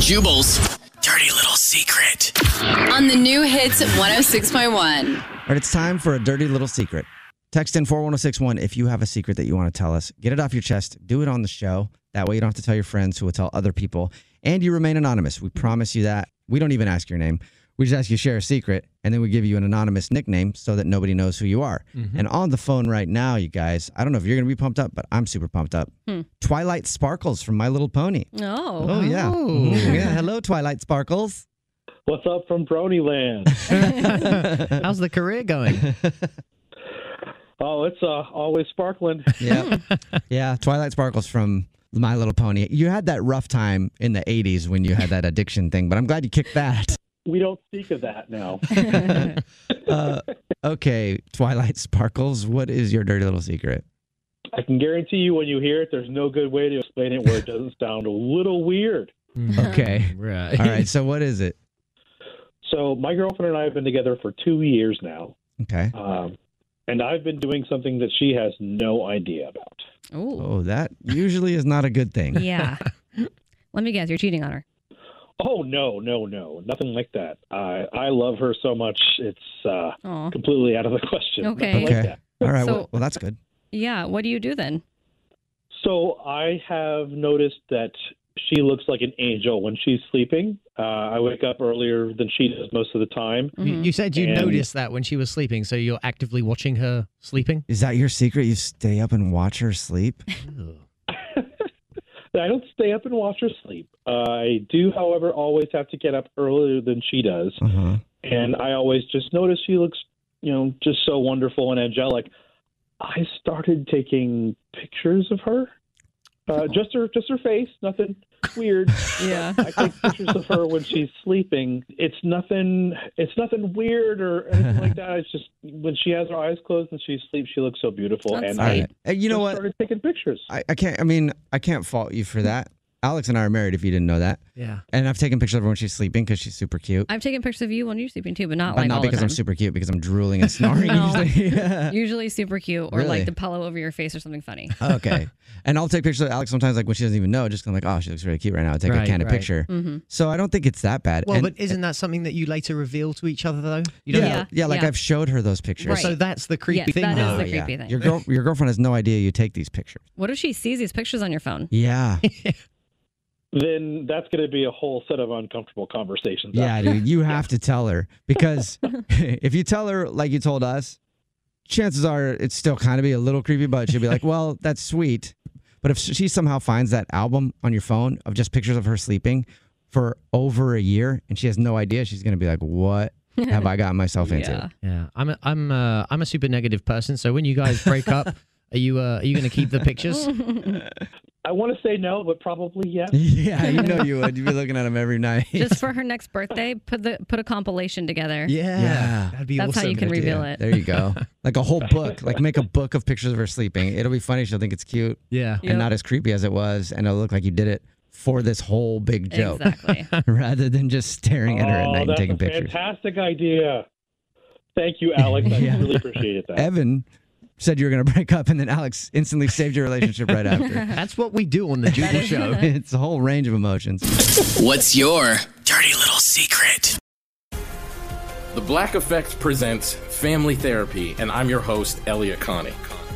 Jubal's dirty little secret on the new hits 106.1. All right, it's time for a dirty little secret. Text in 41061 if you have a secret that you want to tell us. Get it off your chest. Do it on the show. That way you don't have to tell your friends who will tell other people. And you remain anonymous. We promise you that. We don't even ask your name. We just ask you to share a secret, and then we give you an anonymous nickname so that nobody knows who you are. And on the phone right now, you guys, I don't know if you're going to be pumped up, but I'm super pumped up. Twilight Sparkles from My Little Pony. No. Oh, yeah. Mhm. yeah. Hello, Twilight Sparkles. What's up from Bronyland? How's the career going? oh, it's uh, always sparkling. Yeah. yeah. Twilight Sparkles from My Little Pony. You had that rough time in the 80s when you had that addiction thing, but I'm glad you kicked that. We don't speak of that now. Uh, okay, Twilight Sparkles, what is your dirty little secret? I can guarantee you when you hear it, there's no good way to explain it where it doesn't sound a little weird. Okay. Right. All right. So, what is it? So, my girlfriend and I have been together for two years now, Okay. um, and I've been doing something that she has no idea about. Ooh. Oh, that usually is not a good thing. Yeah. Let me guess, you're cheating on her. Oh, no, no, no, nothing like that. I, I love her so much, it's uh, Oh. completely out of the question. Okay. Nothing like Okay. that. All right. well, So- well, that's good. Yeah. What do you do then? So I have noticed that she looks like an angel when she's sleeping. Uh, I wake up earlier than she does most of the time. You, Mm-hmm. you said you And- noticed that when she was sleeping, so you're actively watching her sleeping? Is that your secret? You stay up and watch her sleep? I don't stay up and watch her sleep. I do, however, always have to get up earlier than she does, Uh huh. and I always just notice she looks, you know, just so wonderful and angelic. I started taking pictures of her, uh, just her, just her face, nothing weird. Yeah. I take pictures of her when she's sleeping. It's nothing. It's nothing weird or anything like that. It's just when she has her eyes closed and she sleeps, she looks so beautiful. That's and All I right. Uh, You know just what? started taking pictures. I, I can't, I mean, I can't fault you for that. Alex and I are married if you didn't know that. Yeah. And I've taken pictures of her when she's sleeping because she's super cute. I've taken pictures of you when you're sleeping too, but not But like not all because the I'm Mm-hmm. time. super cute, because I'm drooling and snoring No. usually. Usually super cute or Really? like the pillow over your face or something funny. okay. And I'll take pictures of Alex sometimes, like when she doesn't even know, just 'cause I'm like, oh, she looks really cute right now. I'll take a Right, candid right. picture. Mhm. So I don't think it's that bad. Well, And- but isn't that something that you later reveal to each other, though? You yeah, don't yeah, Yeah, like yeah. I've showed her those pictures. know. Right. So that's the creepy Yes, thing, that is though. the creepy thing. Your girl, your girlfriend has no idea you take these pictures. What if she sees these pictures on your phone? Yeah, Then that's going to be a whole set of uncomfortable conversations. yeah, dude. You have to tell her because if you tell her like you told us, chances are it's still kind of be a little creepy, but she'll be like, well, that's sweet. But if she somehow finds that album on your phone of just pictures of her sleeping for over a year and she has no idea, she's gonna be like, what have I gotten myself into? Yeah. Yeah. I'm a, I'm a, I'm a uh, super negative person, so when you guys break up, are you uh, are you going to keep the pictures? I want to say no, but probably yes. Yeah, you know you would. You'd be looking at him every night. Just for her next birthday, put the put a compilation together. Yeah, that'd That's how you can reveal it. There you go. Like a whole book. Like make a book of pictures of her sleeping. It'll be funny. She'll think it's cute. Yeah. And not as creepy as it was, and it'll look like you did it for this whole big joke, Exactly. rather than just staring at her at Oh, night and that's taking a pictures. fantastic idea. Thank you, Alex. I Yeah. really appreciated that. Evan said you were going to break up, and then Alex instantly saved your relationship right after. That's what we do on the Jubal Show. it's a whole range of emotions. What's your dirty little secret? The Black Effect presents Family Therapy, and I'm your host, Elliot Connie.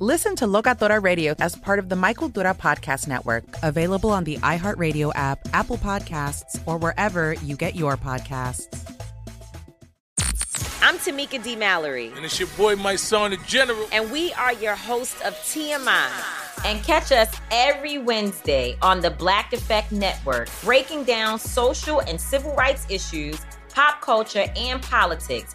Listen to Locatora Radio as part of the Michael Dura Podcast Network, available on the iHeartRadio app, Apple Podcasts, or wherever you get your podcasts. I'm Tamika D. Mallory. And it's your boy, my son, the General. And we are your hosts of TMI. And catch us every Wednesday on the Black Effect Network, breaking down social and civil rights issues, pop culture, and politics